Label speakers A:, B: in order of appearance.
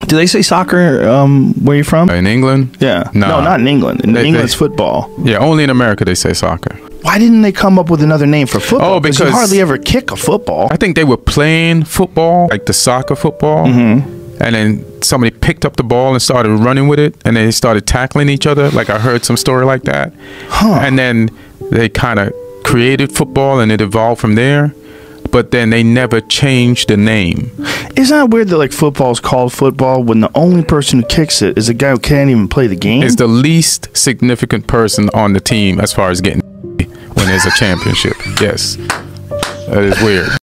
A: Do they say soccer um, where you're from?
B: In England?
A: Yeah.
B: Nah.
A: No, not in England. In
B: They- they-
A: England's football.
B: Yeah, only in America they say soccer.
A: Why didn't they come up with another name for football?
B: Oh,
A: you
B: because-
A: hardly ever kick a football.
B: I think they were playing football, like the soccer football, and then somebody picked up the ball and started running with it, and they started tackling each other. Like I heard some story like that, and then they kind of created football, and it evolved from there. But then they never changed the name.
A: Isn't that weird that like football's called football when the only person who kicks it is a guy who can't even play the game?
B: It's the least significant person on the team as far as getting when there's a championship. Yes, that is weird.